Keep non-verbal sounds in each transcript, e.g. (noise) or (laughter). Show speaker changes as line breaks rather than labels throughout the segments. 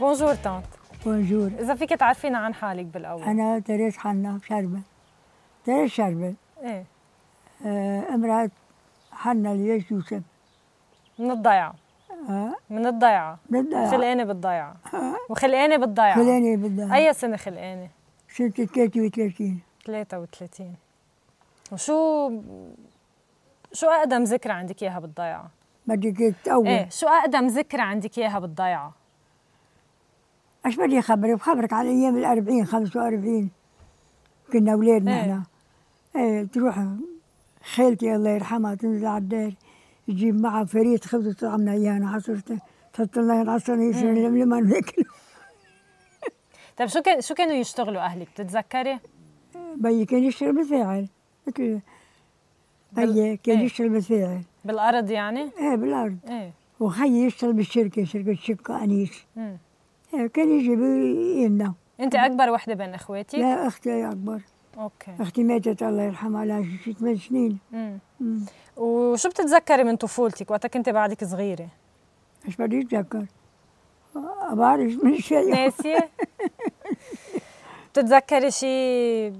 بونجور تانت
بونجور
إذا فيك تعرفينا عن حالك بالأول
أنا تريس حنا شربل تريس شربل
إيه
آه، امرأة حنا ليش يوسف
من الضيعة
آه،
من الضيعة
بالضيعة.
خلقانة بالضيعة وخلقانة بالضيعة
فلانة بدها
أي سنة خلقانة؟
سنة 33
33 وشو شو أقدم ذكرى عندك إياها بالضيعة؟
بدي كنت أول
إيه شو أقدم ذكرى عندك إياها بالضيعة؟
اش بدي خبرك بخبرك على ايام الأربعين 45 كنا اولاد
إيه.
نحن ايه تروح خالتي الله يرحمها تنزل على الدار تجيب معها فريت خبز تطعمنا اياها عصرته تحط لنا العصر يصير
إيه.
لملمها ناكل
طيب شو كان شو كانوا يشتغلوا أهلك بتتذكري؟
بيي كان يشرب الفاعل مثل بيي كان
إيه.
يشرب الفاعل
بالأرض يعني؟
ايه بالارض
إيه
وخيي يشتغل بالشركه شركه شقه انيس
مم.
إيه، كان يجيب لنا
أنت أكبر وحدة بين إخواتك؟
لا اختي اكبر
أوكي
اختي ماتت الله يرحمها لها شي ثمان سنين
مم.
مم.
وشو بتتذكري من طفولتك وقتها كنت بعدك صغيرة؟
ايش بدي اتذكر آه، بعرف من شيء
ناسية؟ بتتذكري شيء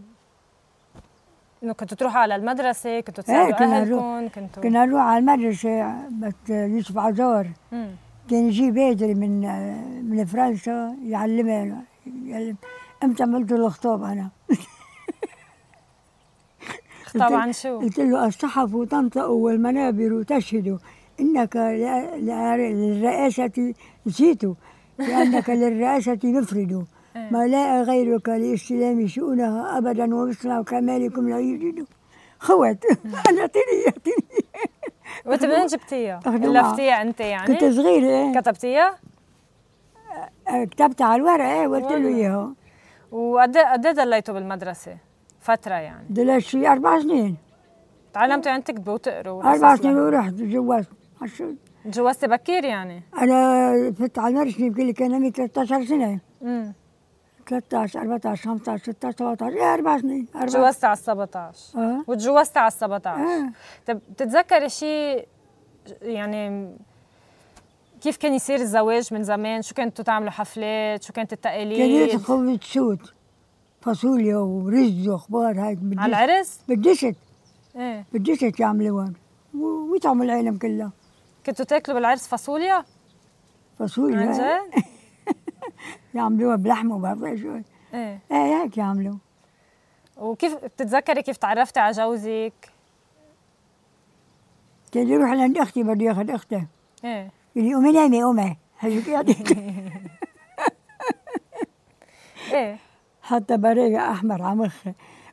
انه كنتوا تروحوا على المدرسة، كنتوا
إيه،
تساعدوا
كنا نروح.
اهلكم، كنتوا
كنا نروح على المدرسه بس يوسف عزار
مم.
كان يجي بدري من آه، من فرنسا يعلمها يعلم امتى عملت له خطاب انا
خطاب عن شو؟
قلت له الصحف تنطق والمنابر تشهد انك لا- لا- للرئاسة جئت
(laughs)
لانك للرئاسة مفرد
إيه.
ما لا غيرك لاستلام شؤونها ابدا ومثل كمالكم لا يوجد خوت
إيه.
(laughs) انا اعطيني اعطيني
وانت منين جبتيها؟
أخدوها.
ألفتيها انت يعني؟
كنت صغيرة إيه.
كتبتيها؟
كتبت على الورق ايه قلت له
والله.
اياها
وقد ايه قد إيه ضليتوا بالمدرسة؟ فترة يعني،
دلت شي اربع سنين
تعلمتوا يعني تكتبوا وتقروا
اربع
والقصص
سنين
يعني.
ورحت تجوزت عشان-
تجوزتي بكير يعني؟
انا فت على المرشد يمكن لي كان عمري 13 سنه
امم
13 14 15 16 17 ايه اربع سنين اربع
تجوزتي على 17
اه
وتجوزتي على 17
آه.
طب بتتذكري شيء يعني كيف كان يصير الزواج من زمان؟ شو كنتوا تعملوا حفلات؟ شو كانت
كان
التقاليد؟
يدخل تشوت فاصوليا ورز واخبار هاي بديش- (laughs)
على العرس؟
بدشت
ايه
بدشت يعملوها و- ويطعموا العالم كلها
كنتوا تاكلوا بالعرس فاصوليا؟ عن
فاصوليا (laughs)
جد؟
يعملوها بلحمه وبعرف شو
ايه
ايه هيك يعملوا
وكيف بتتذكري كيف تعرفتي على جوزك؟
كان يروح لعند اختي بده ياخذ اختها
ايه
يقول لي امي نامي امي (laughs) هيك يعني
ايه
حتى بريقة أحمر على مخي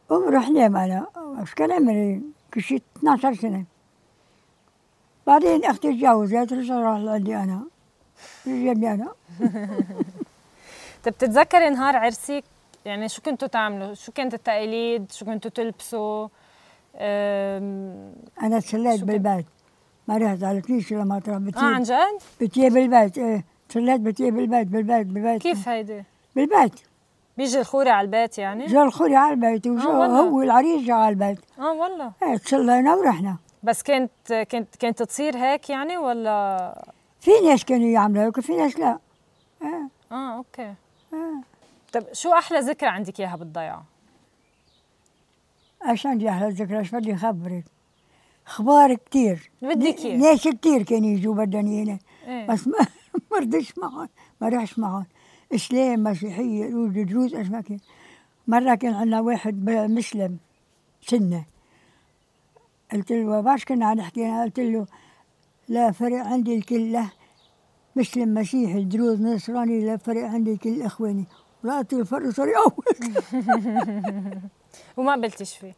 قوم روح نام أنا إيش كان عمري كشي 12 سنة بعدين أختي تجوزت رجع راح لعندي أنا جنبي أنا
طب بتتذكري نهار عرسك يعني شو كنتوا تعملوا؟ شو كانت التقاليد؟ شو كنتوا تلبسوا؟ أم...
أنا تسليت
شو
بالبيت ما رحت على كنيسة لما تروح
اه عن
بتيه
جد؟
بتيه بالبيت إيه تسليت بتيه بالبيت بالبيت بالبيت
كيف هيدي؟
بالبيت
بيجي الخوري على البيت
(laughs)
يعني؟
جا الخوري على البيت وجا
آه والله.
هو العريس جا على البيت
اه والله
إيه تسلينا ورحنا
بس كانت كانت كانت تصير هيك يعني ولا
في ناس كانوا يعملوا هيك وفي ناس لا إيه
اه اوكي
إيه
طب شو احلى ذكرى عندك اياها بالضيعه؟
ايش عندي احلى ذكرى ايش بدي اخبرك اخبار كتير
بدك اياه
ناس كتير كانوا يجوا بدهم هنا
إيه.
بس ما (laughs) ما رضيتش معهم ما رحش معهم اسلام مسيحيه روج دروز ايش ما كان مره كان عندنا واحد ب- مسلم سنه قلت له باش كنا عم نحكي أنا قلت له لا فرق عندي الكله مسلم مسيحي دروز نصراني لا فرق عندي كل اخواني ولقيت الفرق صار اول
وما قبلتش فيه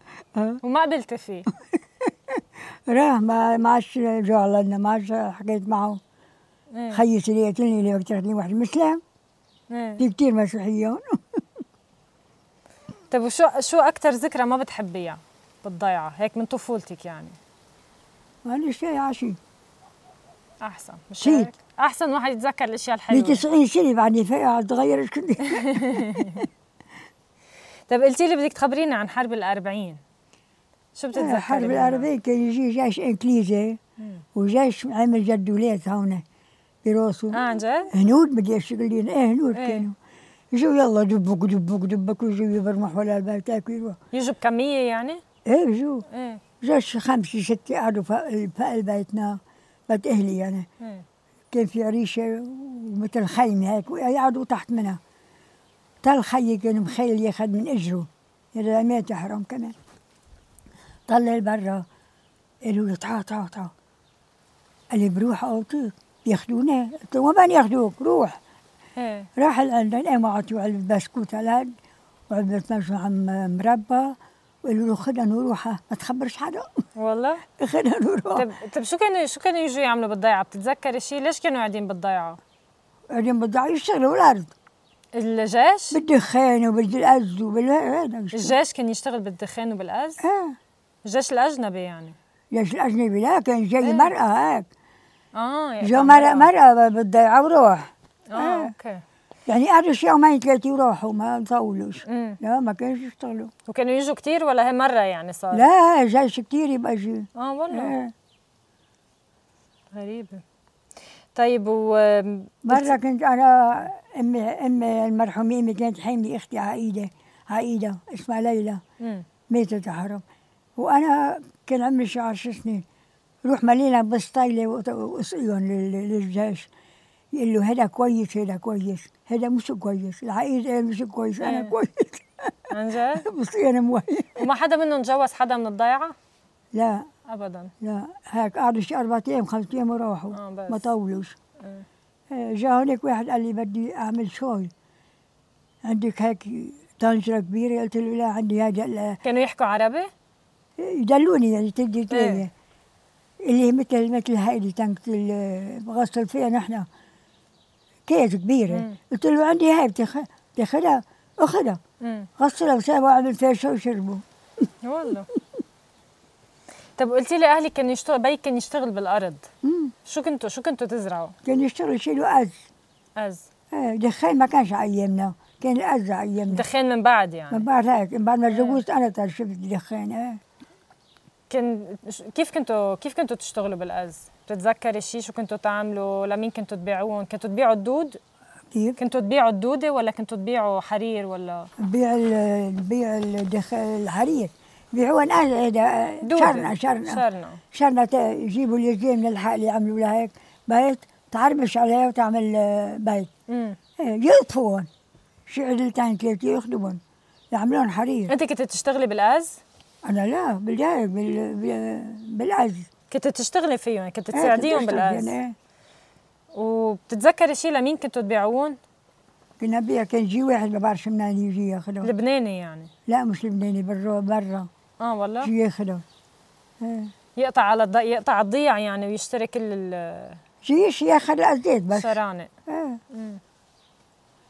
وما قبلت فيه
راه ما ما عادش رجع لنا ما عادش حكيت معه
إيه.
خيي سريتني اللي وقت رحت لي واحد مسلم
إيه.
في كثير مسيحيون
طب وشو شو اكثر ذكرى ما بتحبيها بالضيعه هيك من طفولتك يعني
انا شيء عشي
احسن مش
شيت.
هيك؟ احسن واحد يتذكر الاشياء
لي
الحلوه
90 سنه بعدني فاقع صغير
(laughs)
ايش كنت
طب قلتي لي بدك تخبرينا عن حرب الأربعين شو بتتذكري
الحرب
منها؟ إيه.
العربيه كان يجي جيش انجليزي
مم.
وجيش عامل جدولات هون براسه
اه عن جد؟
هنود بدي الشغلين ايه هنود
إيه.
كانوا يجوا يلا دبك دبك دبك ويجوا يبرمحوا على البيت هيك ويروح
يجوا بكمية يعني؟
ايه بيجوا
ايه
جوش خمسة ستة قعدوا فوق ال- فوق بيتنا بيت اهلي يعني
ايه
كان في عريشة ومثل خيمة هيك ويقعدوا تحت منها طال خيي كان مخيل ياخد من يعني اجره يلا ما تحرم كمان طلع برا قالوا له تعال تعال تعال قال لي بروح اوطيك بياخذونا قلت له وين ياخذوك روح
ايه
راح لعندهم ايه ما عطوا علبة بسكوت على وعلبة مجمع عم- مربى وقالوا له خدها نروحها ما تخبرش حدا
والله؟
خدها نروح
طب طب شو كانوا شو كانوا يجوا يعملوا بالضيعة؟ بتتذكري شيء؟ ليش كانوا قاعدين بالضيعة؟
بعدين بدعوا يشتغلوا بالارض
الجيش؟
بالدخان وبالأز وبال إيه، هذا
الجيش كان يشتغل بالدخان وبالأز؟
اه
الجيش الأجنبي يعني
ليش الاجنبي لا كان
إيه.
يعني جاي مرأة هيك
اه يعني
جو مرأة مرأة بالضيعة وروح
اه
آه.
اوكي
يعني قعدوا شي يومين ثلاثة وراحوا ما طولوش
امم
لا ما كانش يشتغلوا
وكانوا يجوا كتير ولا هي مرة يعني صار؟
لا جيش كتير يبقى جي
اه والله
آه.
غريبة طيب و
مرة كنت أنا أمي أمي المرحومة أمي كانت حاملة أختي عقيدة عقيدة اسمها ليلى
مم.
ماتت هرب وأنا كان عمري شي عشر سنين روح ملينا بسطايلة وأط- وأسقيهم لل- للجيش يقول له هذا كويس هذا كويس هذا مش كويس العقيد قال مش كويس أنا
إيه.
كويس (laughs)
عن جد؟
بصير أنا موهي
وما حدا منهم جوز حدا من الضيعة؟
لا
ابدا
لا هيك قعدوا شي أربع أيام خمس أيام وراحوا
آه، بس.
ما طولوش
إيه.
آه، جا هونيك واحد قال لي بدي أعمل شاي عندك هيك طنجرة كبيرة قلت له لا عندي هذا لا.
كانوا يحكوا عربي؟
يدلوني يعني تدي
إيه.
تلاقي اللي مثل مثل هيدي تنكة ال- بغسل فيها نحن كيس
مم.
كبيرة قلت له عندي هاي بتاخ- بتاخدها اخدها
امم
غسلها وسابها وعمل فيها شاي وشربه
والله طب قلتي لي اهلي كان يشتغل بيك كان يشتغل بالارض
مم.
شو كنتوا شو كنتوا تزرعوا؟
كان يشتغل شيله أز
أز
آه، دخان ما كانش على ايامنا كان الأز على ايامنا
دخان من بعد
من
يعني
بعد هيك من بعد ما تزوجت انا ترى شفت دخان ايه
كان ش- كيف كنتوا كيف كنتوا تشتغلوا بالأز؟ بتتذكري شيء شو كنتوا تعملوا لمين كنتوا تبيعوهم؟ كنتوا تبيعوا الدود؟
كيف؟
كنتوا تبيعوا الدودة ولا كنتوا تبيعوا حرير ولا
بيع ال- بيع الدخان الحرير بيعون هذا آه،
دودة؟
شرنة شرنة
شرنا
شرنة تا- يجيبوا اليجي من الحق اللي يعملوا لها هيك بيت تعرمش عليها وتعمل آه، بيت
امم
إيه، يقطفوهم شي عدلتين ثلاثة ياخذوهم يعملون حرير
انت كنت تشتغلي بالأز؟
انا لا بالجاي بال... بال- بالعز
كنت تشتغلي فيهم كنت
إيه،
تساعديهم
كنت أشتغل يعني،
بالأز
إيه.
وبتتذكري شيء لمين كنتوا تبيعوهم؟
كنا بيع كان يجي واحد ما بعرفش منين يجي ياخذهم
لبناني يعني
لا مش لبناني برا برا
اه والله
شو ياخذوا إيه.
يقطع على الض... يقطع على الضيع يعني ويشتري كل ال-
شي شي ياخذ الازيت بس
الشرانق
إيه.
مم.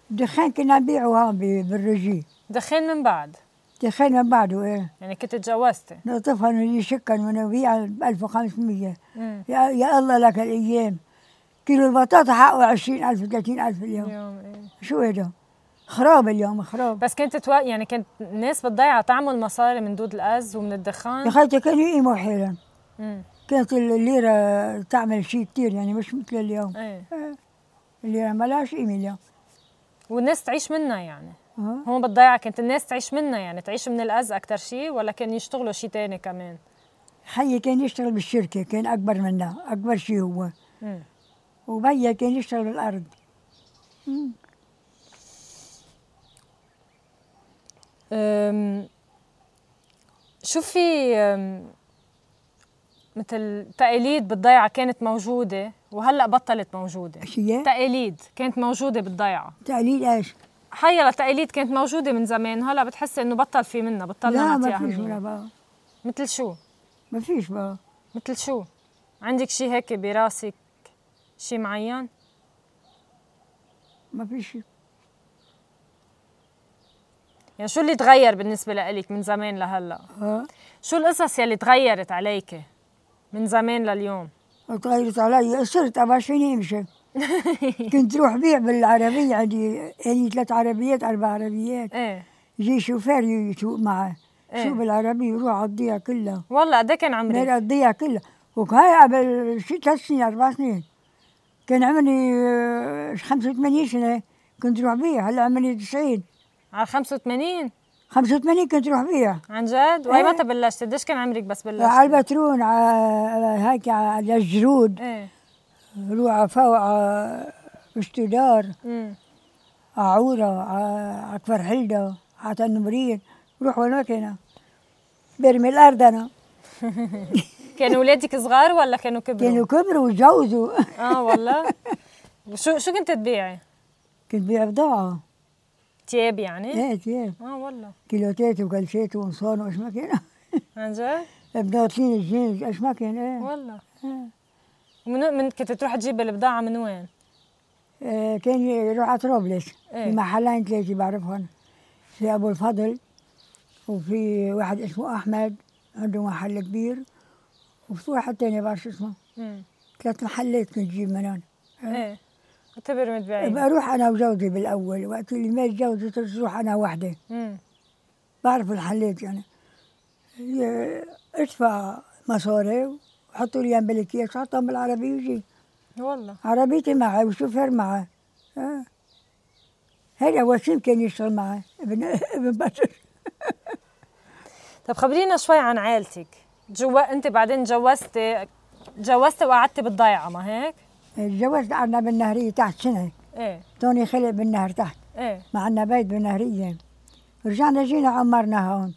دخان كنا نبيعه هون ب- بالرجي
دخين من بعد
دخان من بعده ايه
يعني كنت تجوزتي
آه. نطفهم اللي شكن ونبيع ب 1500
مم.
يا, يا الله لك الايام كيلو البطاطا حقه 20000 30000 اليوم
يوم إيه.
شو هذا؟ خراب اليوم خراب
بس كنت توا... يعني كانت الناس بالضيعه تعمل مصاري من دود الاز ومن
يا
الدخان
خالتي كانوا يقيموا حيلا
مم.
كانت الليرة تعمل شيء كثير يعني مش مثل اليوم
ايه
الليرة مالهاش قيمة اليوم
والناس تعيش منها يعني
آه.
هون بالضيعه كانت الناس تعيش منها يعني تعيش من الاز اكثر شيء ولا كان يشتغلوا شيء تاني كمان
خيي كان يشتغل بالشركة كان أكبر منا أكبر شيء هو
مم.
وبيا كان يشتغل بالأرض
أم، شو في أم، مثل تقاليد بالضيعة كانت موجودة وهلا بطلت موجودة
شو هي؟
تقاليد كانت موجودة بالضيعة
تقليل ايش؟
حيا تقاليد كانت موجودة من زمان هلا بتحسي انه بطل في منا بطلنا
لا
نعطيها
ما فيش ولا
أهمية
بقى
مثل شو
ما فيش بقى
مثل شو عندك شي هيك براسك شي معين
ما فيش
يعني شو اللي تغير بالنسبة لإلك من زمان لهلا
اه
شو القصص يلي تغيرت عليك من زمان لليوم
تغيرت علي صرت أبغى شو
(laughs)
نمشي كنت روح بيع بالعربية عندي عندي ثلاث عربيات أربع عربيات
ايه
يجي شوفير يسوق معه
إيه.
شو بالعربية يروح على الضيعة كلها
والله قد إيه كان عمرك
غير الضيعة كلها وهاي قبل شي ثلاث سنين أربع سنين كان عمري آه، 85 سنة كنت روح بيها هلا عمري 90
على 85
85 كنت روح بيها
عن جد؟ واي
إيه.
متى بلشت؟ قديش كان عمرك بس بلشت؟
على البترون على هيك على الجرود
ايه
روح على فوق آه، على اشتدار
امم
على عورة على على كفر حلدة على تنمرين روح وين ما كنا برمي الأرض أنا
كانوا ولادك صغار ولا كانوا كبروا؟
كانوا كبروا (laughs) وتجوزوا
اه والله شو شو كنت تبيعي؟
كنت بيع بضاعة
تياب يعني؟
ايه تياب
اه والله
كيلوتات وكلشات وانصان واش ما كان (laughs)
عن جد؟
إيه. بناطلين الجينز اش ما كان ايه
والله من من كنت تروح تجيب البضاعة من وين؟
آه، كان يروح على طرابلس
إيه.
في محلين ثلاثة بعرفهم في أبو الفضل وفي واحد اسمه أحمد عنده محل كبير وفي واحد تاني بعرف شو اسمه
امم
ثلاث محلات كنت جيب من هون إيه.
ايه اعتبر متبيعين
بروح أنا وجوزي بالأول وقت اللي مات جوزي صرت روح أنا وحدي
امم
بعرف الحلات يعني ي- ادفع مصاري وحطوا لي جنب الأكياس وحطهم بالعربية وجيت
والله
عربيتي معه وشوفير معه آه. هذا وسيم كان يشتغل معه ابن ابن بشر
طب خبرينا شوي عن عائلتك جوا انت بعدين جوزتي جوزتي وقعدتي بالضيعة ما هيك؟
تجوزت قعدنا إيه، بالنهرية تحت سنة
ايه
توني خلق بالنهر تحت
ايه
ما عندنا بيت بالنهرية رجعنا جينا عمرنا هون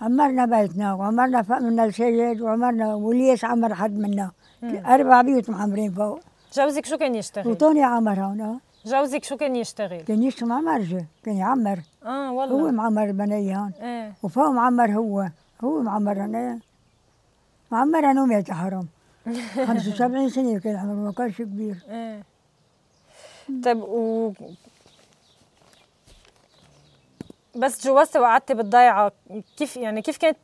عمرنا بيتنا وعمرنا فوق منا السيد وعمرنا وليش عمر حد منا أربع بيوت معمرين فوق
جوزك شو كان يشتغل؟
وتوني عمر هون آه.
جوزك شو كان يشتغل؟
كان يشتغل مع مرجة كان يعمر
اه
هو
والله
معمر البنية هون
ايه
وفوق معمر هو هو معمر انا معمر انا ومات حرام 75 سنه كان عمره ما كانش كبير
ايه طيب و بس جوزتي وقعدتي بالضيعة كيف يعني كيف كانت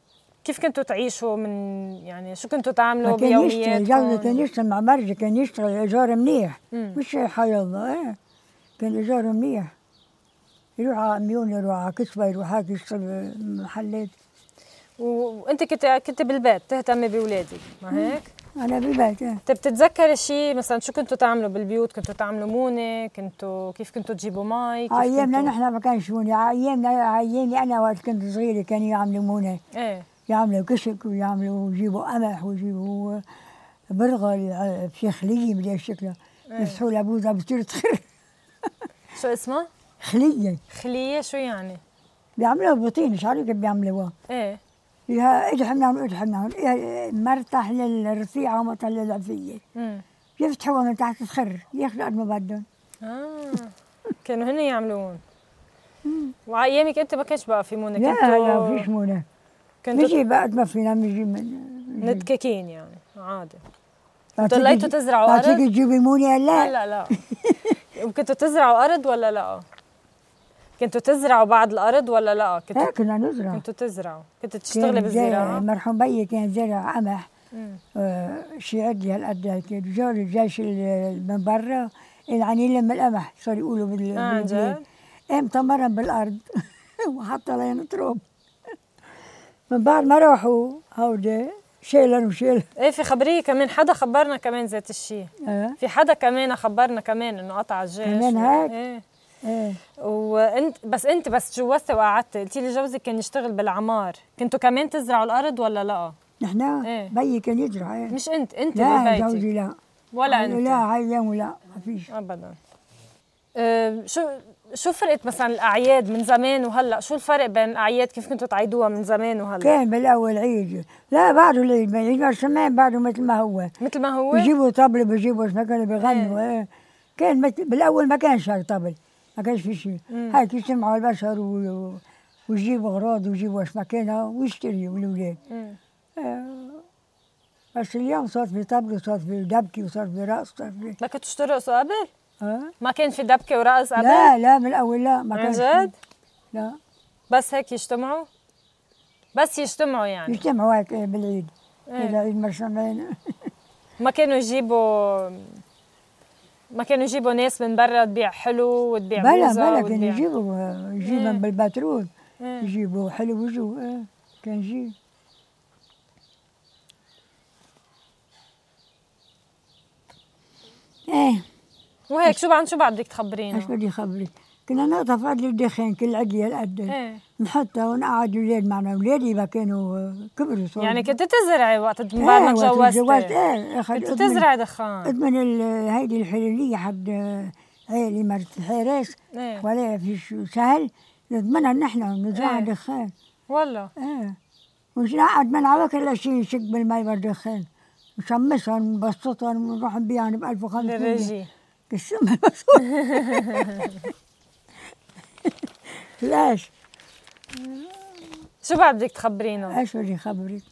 كيف كنتوا تعيشوا من يعني شو كنتوا
ما
تعملوا
كان يشتغل جوزي
بيومياتكم؟
كان يشتغل مع مرجي كان يشتغل ايجار منيح
مم.
مش حي الله ايه كان ايجار منيح يروح على عميون يروح على كسبه يروح هيك يشتغل محلات
و- وانت كنت كنت بالبيت تهتمي باولادك ما هيك؟
انا بالبيت إيه.
طيب بتتذكري شيء مثلا شو كنتوا تعملوا بالبيوت؟ كنتوا تعملوا مونه؟ كنتوا كيف كنتوا تجيبوا مي؟ كيف
على ايامنا
كنتوا-
نحن ما كانش هون على ايامنا على ايامي انا وقت كنت صغيره كانوا يعملوا مونه
ايه
يعملوا كشك ويعملوا ويجيبوا قمح ويجيبوا برغل ع- في خلية من هالشكل يفتحوا لها بوزة بتصير تخر
شو اسمها؟
(laughs) خلية
خليه شو يعني؟
بيعملوها بطين مش عارف كيف بيعملوها
ايه
يا اجحنا هون اجحنا هون نعم. يا- مرتاح للرفيعة ومرتاح للعفية
امم
يفتحوها من تحت تخر ياخذوا قد ما بدهم
آه كانوا هن يعملون وعلى ايامك انت ما كانش بقى في مونه
لا لا ما فيش
كنتوا
مونة
كنتوا
نجي بقى قد ما فينا نجي من
ندككين يعني عادي
بعطيك
ضليتوا
تجي-
تزرعوا
بعطيك
أرض؟
تجيبي مونة لا
هلا لا وكنتوا تزرعوا ارض ولا لا؟ كنتوا تزرعوا بعض الارض ولا لا؟ كنتوا
هيك كنا نزرع
كنتوا تزرعوا كنتوا
كان
تشتغلي
زرع-
بالزراعه؟
مرحوم بيي كان زرع قمح
مم.
آه، شي عدي هالقد هيك رجال الجيش ال- من برا العني لم القمح صار يقولوا بال
آه، عن
بالبلاد.
جد؟
ايه مطمرن (laughs) بالارض وحطها لين تروب من بعد ما راحوا هودي شيلن وشيلن
ايه في خبريه كمان حدا خبرنا كمان ذات الشيء
آه،
في حدا كمان خبرنا كمان انه قطع الجيش
كمان هيك؟
ايه
آه.
وانت بس انت بس جوزتي وقعدتي قلتي لي جوزك كان يشتغل بالعمار كنتوا كمان تزرعوا الارض ولا لا
نحن
إيه.
بيي كان يزرع إيه.
مش انت انت
لا
ببيتك
جوزي لا
ولا
قالوا
انت
لا عيان ولا ما فيش
ابدا أه شو شو فرقت مثلا الاعياد من زمان وهلا شو الفرق بين الاعياد كيف كنتوا تعيدوها من زمان وهلا
كان بالاول عيد لا بعده العيد ما العيد ما شمعين بعده مثل ما هو
مثل ما هو
بيجيبوا طبل بيجيبوا ما كانوا بيغنوا
إيه.
ايه. كان مت... بالاول ما كانش هيك طبل ما كانش في شيء هيك يجتمعوا البشر و... و- ويجيبوا اغراض ويجيبوا اش ما كان ويشتريوا الاولاد
مم.
آه، بس اليوم صار في طبل وصار في دبكه وصار في رقص وصار في
ما كنتوا ترقصوا قبل؟
آه؟
ما كان في دبكه ورقص قبل؟
لا لا من الاول لا ما
عن
كانش
جد؟
لا
بس هيك يجتمعوا؟ بس يجتمعوا يعني
يجتمعوا هيك إيه، بالعيد
إيه. يعني
اذا عيد مرشمين
ما كانوا يجيبوا ما كانوا يجيبوا ناس من برا تبيع حلو وتبيع
بلا
بوزة
بلا كان
وتبيع-
يجيبوا آه،
إيه.
يجيبهم بالبترول
إيه.
يجيبوا حلو وجو آه، كان يجيب ايه
وهيك شو بعد شو بعد بدك
ايش
تخبرينا؟
بدي خبرك كنا نقطع فضل الدخان كل عدية القد
ايه
نحطها ونقعد اولاد معنا اولادي ما كانوا آه، كبروا صاروا
يعني كنت تزرعي وقت بعد ما
إيه، وقت الجواز،
تجوزتي
ايه أخذ
كنت
أضمن-
تزرعي دخان
اضمن ال- هيدي الحلولية حد آه، عيلي مرت الحراس
ايه
ولا في شو سهل نضمنها نحن ونزرعها
إيه.
دخان
والله
ايه مش نقعد من عواك الا شيء نشك بالمي والدخان نشمسها ونبسطها ونروح نبيعهم ب 1500
للرجي
قسم الوصول (laughs) ليش؟
شو بعد بدك تخبرينا؟
ايش بدي خبرك؟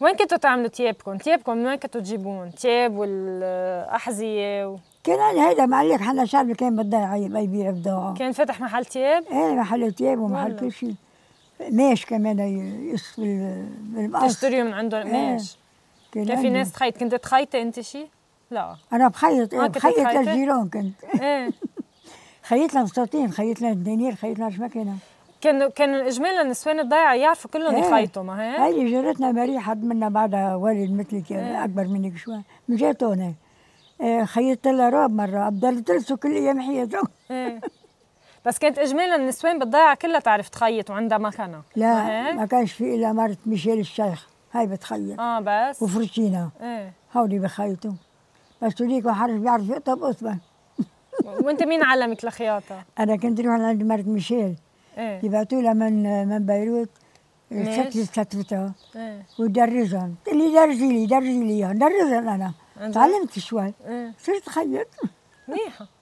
وين كنتوا تعملوا تيابكم؟ تيابكم من وين كنتوا تجيبون؟ تياب والأحذية و...
كان هيدا معلق حنا شعب كان بالضيعة يبقى يبيع بضاعة
كان فتح محل تياب؟
ايه محل تياب ومحل
والله.
كل شيء قماش كمان ي- يصف بال- بالمقص
تشتريوا من عندهم
إيه.
قماش كان في
عندي.
ناس تخيط كنت تخيطي انت شي؟ لا
انا بخيط
آه،
ايه
كنت
بخيط
بتخيطي؟
للجيران كنت
ايه
خيط لها مستطيل خيط لها دنانير خيط لها مكنه
كانوا كانوا اجمالا النسوان الضيعه يعرفوا كلهم
إيه.
يخيطوا ما هيك؟
هيدي جارتنا مريحة حد منا بعدها والد مثلك
إيه.
يعني اكبر منك شوي من جاتونا آه، خيطت لها راب مره ضلت تلسو كل ايام حياتها
ايه بس كانت اجمالا النسوان بالضيعه كلها تعرف تخيط وعندها مكنه
لا
ما
ما
هيك؟
كانش في الا مرت ميشيل الشيخ هاي بتخيط
اه بس
وفرتينا
ايه
هودي بخيطوا بس وليك وحرش بيعرف يقطب قطبه
وانت مين علمك الخياطه؟
انا كنت روح لعند مرت ميشيل
ايه
يبعثوا لها من من بيروت
ليش؟
الست استتفتها
ايه
ودرزهم قلت لي درزي لي درزي لي اياهم درزهم انا
عن جد؟
تعلمت شوي
ايه
صرت خيط
منيحه (laughs)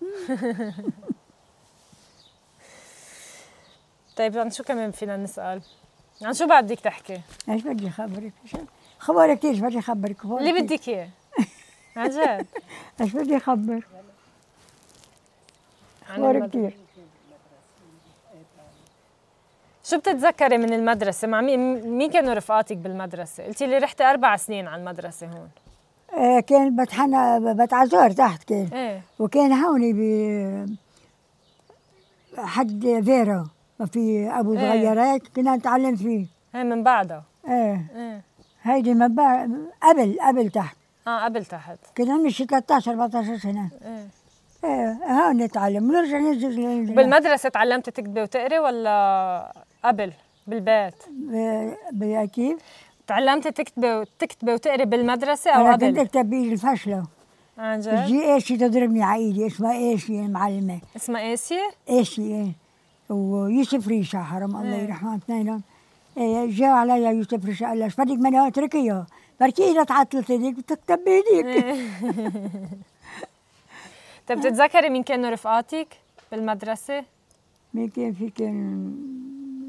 طيب عن شو كمان فينا نسال؟ عن شو بعد بدك تحكي؟
ايش بدي خبرك شو- خبرك كيف بدي خبرك خبرك
اللي
كيف؟
بدك اياه عن جد
ايش بدي خبر
عن
خبرك
المد-
كثير
شو بتتذكري من المدرسة؟ مع مين مين كانوا رفقاتك بالمدرسة؟ قلتي لي رحتي أربع سنين على المدرسة هون.
آه كان بتحنى بتعزور تحت كان
إيه
وكان هوني ب حد فيرا ما في ابو
إيه.
صغيرات كنا نتعلم فيه
هي إيه، من بعدها.
ايه
إيه
هيدي من بعد قبل قبل تحت
آه قبل تحت.
كان عمري شي 13 14 سنه
إيه
ايه هون نتعلم ونرجع ننزل لل-
بالمدرسة تعلمتي تكتبي وتقري ولا قبل بالبيت؟
ب- ب- كيف؟
تعلمتي تكتبي وتكتبي وتقري بالمدرسة أو
انا كنت
قبل؟ آه،
اكتب بايدي الفشله
عن جد؟
تجي ايشي تضربني على ايدي اسمها ايشي يا معلمه
اسمها آسيا؟
ايشي ايه ويوسف ريشة حرم الله
إيه.
يرحمه اثنينهم إيه، جاء علي يوسف ريشة قال لها ايش بدك مني اتركيها بركي اذا تعطلت هذيك بتكتب بايديك
إيه. طيب بتتذكري مين كانوا رفقاتك بالمدرسة؟
مين كان في كان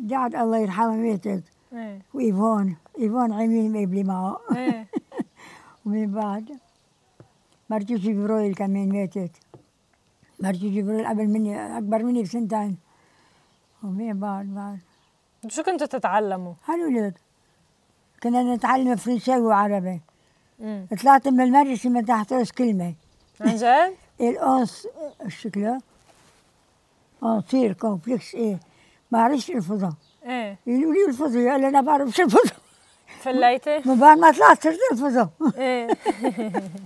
جعد الله يرحمه ماتت
إيه
وايفون ايفون عميل مقبلي معه
إيه
(laughs) ومن بعد مرتي جبرائيل كمان ماتت مرتي جبرائيل قبل مني اكبر مني بسنتين ومن بعد بعد
شو كنتوا تتعلموا؟
هالولاد كنا نتعلم فرنساوي وعربي
أمم.
طلعت من المدرسة ما تحتاج كلمة
عن جد؟
الأنس الشكلة أنصير كومبلكس إيه ما عرفش ألفظها
إيه
يقولوا لي ألفظي قال أنا ما بعرفش ألفظها
فليتي؟
(laughs) من بعد ما طلعت صرت ألفظها
ايه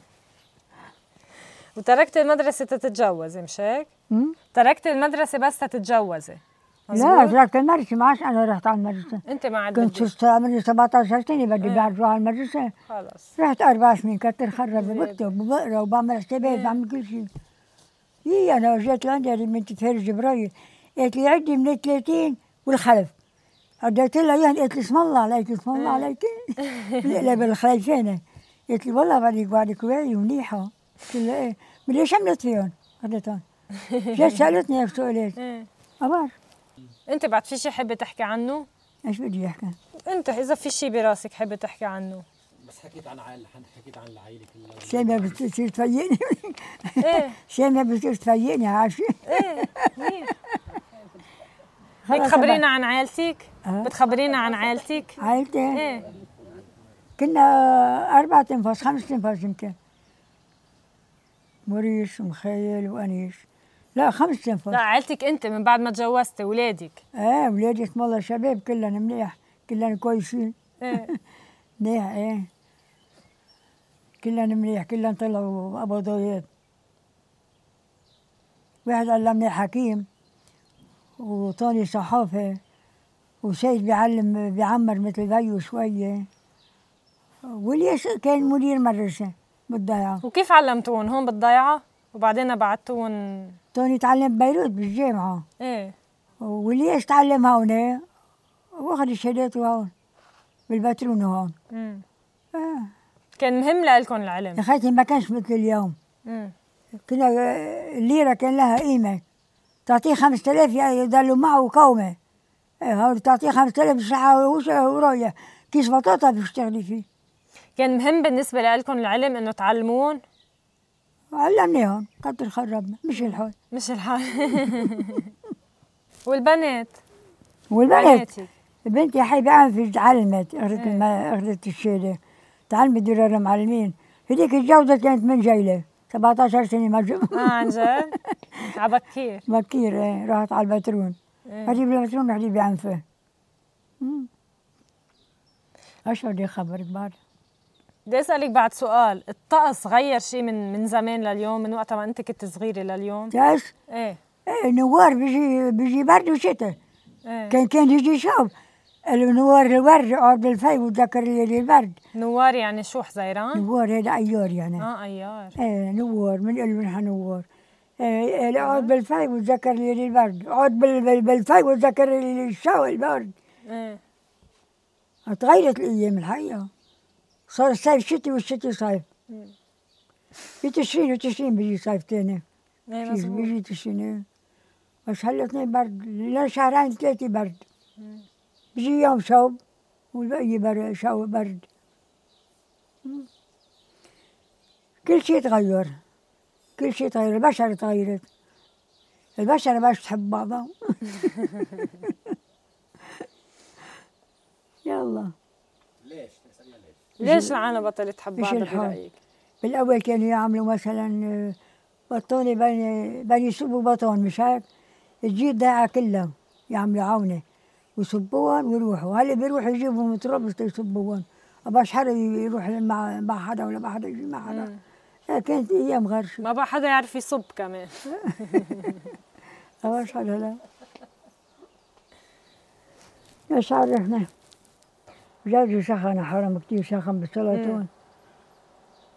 (laughs) وتركت المدرسة تتجوزي مش هيك؟
أمم؟
تركت المدرسة بس تتجوزي
لا
مزبوط؟
طلعت من المدرسة ما عادش أنا رحت على المدرسة
انت ما عاد
كنت
بدك
صرت عمري 17 سنة بدي
إيه.
بعد أروح على المدرسة
خلص
رحت أربع سنين كتر خرب
زين.
وبكتب وبقرا وبعمل حسابات
إيه.
بعمل كل شيء إيه أنا جيت لعندي هذه بنت فارس جبرايل قالت لي عدي من 30 والخلف رديت لها إياهم قالت لي اسم الله عليك اسم الله
إيه.
عليك
(laughs)
لا بالخلفانة قالت لي والله بعدك بعدك واعية ومنيحة قلت لها إيه من ليش عملت فيهم؟
(laughs)
رديتهم جات سألتني هيك سؤالات
ايه
أبار
انت بعد في شي حابة تحكي عنه؟
إيش بدي أحكي؟
انت اذا في شي براسك حابة تحكي عنه
بس حكيت عن عائلة حكيت عن العائلة كلها
سامية بتصير تفيقني (laughs)
ايه
سامية بتصير تفيقني عارفة
ايه منيح.
خلص
بدك خبرينا عن عائلتك؟
أه.
بتخبرينا عن عائلتك؟
عائلتي
ايه
كنا أربعة أنفاس خمسة أنفاس يمكن مريش ومخيل وأنيش لا خمسة
لا
أنفاس
عائلتك انت من بعد ما تجوزتي ولادك
إيه أولادي اسم الله شباب كلنا منيح كلنا كويسين
ايه
منيح إيه كلنا منيح كلنا طلعوا أبو ضياب واحد علمني حكيم وطاني صحافة وسيد بيعلم بيعمر مثل بيو شوية والياس كان مدير مدرسة بالضيعة
وكيف علمتون هون بالضيعة وبعدين بعتون
طاني تعلم ببيروت بالجامعة
ايه
والياس تعلم هون واخد شهاداته هون بالباترون هون
مم.
آه.
كان مهم لإلكم العلم
يا خيتي ما كانش مثل اليوم
مم.
كنا آه، الليرة كان لها قيمة تعطيه خمسة آلاف يضلوا معه قومه إيه، هو تعطيه خمسة آلاف ساعة وشا وراية كيس بطاطا بيشتغلي فيه
كان مهم بالنسبة لإلكم العلم إنه تعلمون
علمناهم قدر خربنا مش الحال
مش الحال (laughs) والبنات
والبنات
بناتي
بنتي حبيبة عم تعلمت اخذت
إيه.
الم- اخذت الشهادة تعلمت دولار المعلمين هذيك الجوزة كانت من جيلة 17 سنة ما جم-
اه عن جد
(laughs)
عبكير
بكير إيه، راحت على البترون
إيه.
قريب البترون قريب عنفه مم. اشهر دي خبر كبار
بدي اسالك بعد سؤال الطقس غير شيء من من زمان لليوم من وقت ما انت كنت صغيره لليوم
تعرف
ايه
إيه، نوار بيجي بيجي برد وشتاء
ايه
كان كان يجي شوب النوار الورد قبل الفي وتذكر لي البرد
نوار يعني شو حزيران؟
نوار هذا ايار يعني
اه ايار
ايه نوار من قلب نحن نوار ايه إيه، اقعد بالفي وتذكر لي البرد اقعد بال- بال- بالفي وتذكر لي الشو البرد
ايه
تغيرت الايام الحقيقه صار الصيف شتي والشتي صيف
مم.
في تشرين وتشرين بيجي صيف تاني
ايه
شي-
مزبوط
بيجي تشرين إيه. بس هلا اثنين برد لا شهرين ثلاثه برد
مم.
بيجي يوم شوب والباقي برد شو برد مم. كل شيء تغير كل شيء تغير البشر تغيرت البشر باش تحب بعضها
(laughs)
يلا
ليش؟ تسأليها ليش؟
ليش العالم بطلت تحب
إيش
بعضها
الحال؟
برايك؟
بالأول كانوا يعملوا مثلا آه، بطونة بين بين يصبوا بطون مش هيك؟ تجي الضيعة كلها يعملوا عونة ويصبوهم ويروحوا هلا بيروحوا يجيبوا متربص يصبوهم باش حدا يروح مع مع حدا ولا مع حدا يجي مع حدا آه، كانت أيام غرشة
ما بقى حدا يعرف يصب كمان
باش حدا لا ايش عرفنا جوزي سخن حرام كتير سخن بالسلطون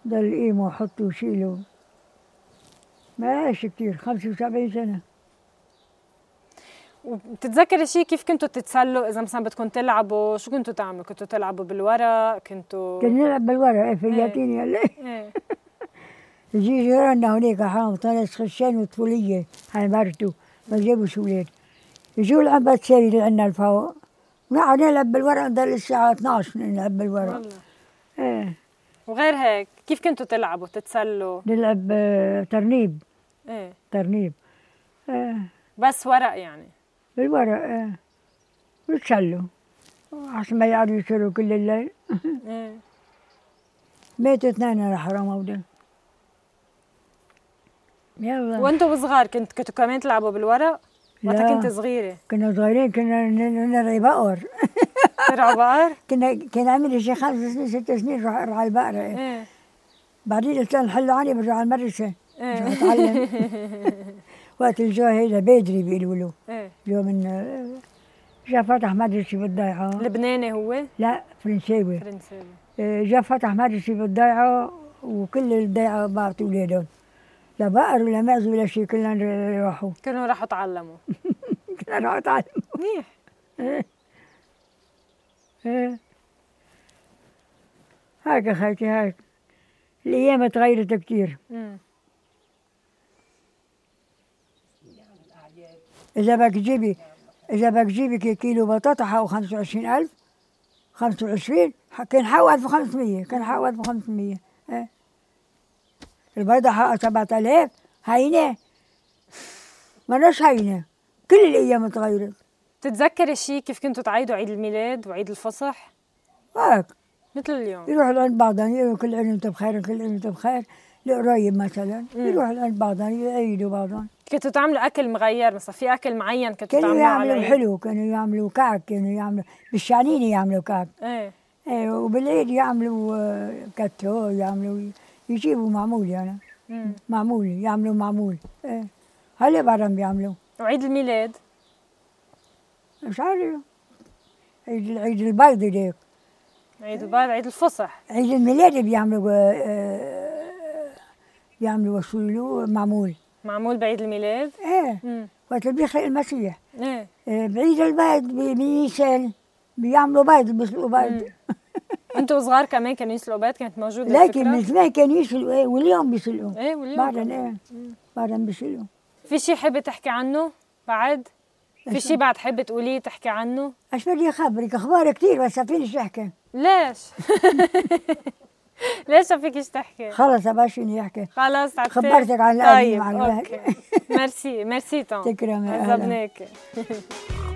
ضل قيمه وحطه وشيله ما عاش كتير 75 سنة
وبتتذكري شيء كيف كنتوا تتسلوا اذا مثلا بدكم تلعبوا شو كنتوا تعملوا؟ كنتوا تلعبوا بالورق كنتوا
كنا نلعب بالورق إيه، فلياتيني هلا
ايه
يجي جيراننا هناك حرام طلس خشان وطفولية على مرته ما جابوش ولاد يجوا العبة تسالي لعنا الفوق نقعد نلعب بالورق ضل الساعة 12 نلعب بالورق
والله
ايه
وغير هيك كيف كنتوا تلعبوا تتسلوا؟
نلعب آه، ترنيب إيه.
ايه
ترنيب آه
بس ورق يعني
بالورق آه وتسلوا عشان ما يقعدوا يسهروا كل الليل (laughs) إيه.
ايه
ماتوا اثنين على حرام أولاد يلا
وانتوا صغار كنت كنتوا كمان تلعبوا بالورق؟ وقتها
لا.
كنت صغيره
كنا صغيرين كنا ن- نرعي بقر (laughs)
ترعوا بقر؟
كنا كان عمري شي خمس سنين ست سنين روح ارعى البقرة (laughs) إيه.
ايه
بعدين قلت لهم حلوا عني برجع على المدرسة
ايه
برجع اتعلم وقت الجو هيدا بدري بيقولوا له
ايه
جو من آه، جا فتح مدرسة بالضيعة
لبناني هو؟
لا فرنساوي آه،
فرنساوي
جا فتح مدرسة بالضيعة وكل الضيعة بعت ولادهم لا بقر ولا معز ولا شيء كلهم راحوا (laughs)
كانوا راحوا تعلموا
كلهم راحوا (laughs) آه. تعلموا
منيح
إيه. هاك يا خالتي هاك الأيام تغيرت كتير
مم.
إذا بدك تجيبي إذا بدك تجيبي كي- كيلو بطاطا حقه 25000 25 ح- كان حقه 1500 كان حقه 1500 إيه. البيضة حقه 7000 هينة ماناش هينة كل الأيام تغيرت
بتتذكري شيء كيف كنتوا تعيدوا عيد الميلاد وعيد الفصح؟
هاك
مثل اليوم
يروحوا لعند بعضهم يقولوا كل عام وانتم بخير كل عام وانتم بخير القرايب مثلا
مم.
يروحوا لعند بعضهم يعيدوا بعضهم
كنتوا تعملوا اكل مغير مثلا في اكل معين كنتوا
كانوا
تعملوه على
يعملوا
العيد؟
حلو كانوا يعملوا كعك كانوا يعملوا بالشعنينة يعملوا كعك
ايه
إيه، وبالعيد يعملوا آه، كاتو يعملوا يجيبوا معمول يعني
مم.
معمول يعملوا معمول إيه. هلا بعدهم بيعملوا
وعيد الميلاد
مش عارف عيد العيد البيض هيك إيه.
عيد بعد عيد الفصح
عيد الميلاد بيعملوا آه، آه، بيعملوا شو له معمول
معمول بعيد الميلاد
ايه
امم
وقت اللي بيخلق المسيح
ايه
آه، بعيد البيض بي- بيسال بيعملوا بيض بيسلقوا بيض
مم. انتوا صغار كمان كانوا يسلقوا بيض كانت موجوده
لكن من
الفكرة؟
زمان كانوا يسلقوا ايه واليوم بيسلقوا
ايه واليوم
بعدين
كمان.
ايه بعدين بيسلقوا
في شيء حابه تحكي عنه بعد في شيء بعد حابه تقوليه تحكي عنه
اش بدي اخبرك اخبار كثير بس ما فينيش احكي
ليش (laughs) ليش ما فيكيش تحكي
خلص ما شنو احكي
خلاص عرفت
خبرتك عن
طيب
القديم، (laughs) عن
اوكي ميرسي ميرسي تون
تكرمي، أهلاً.
عذبناكي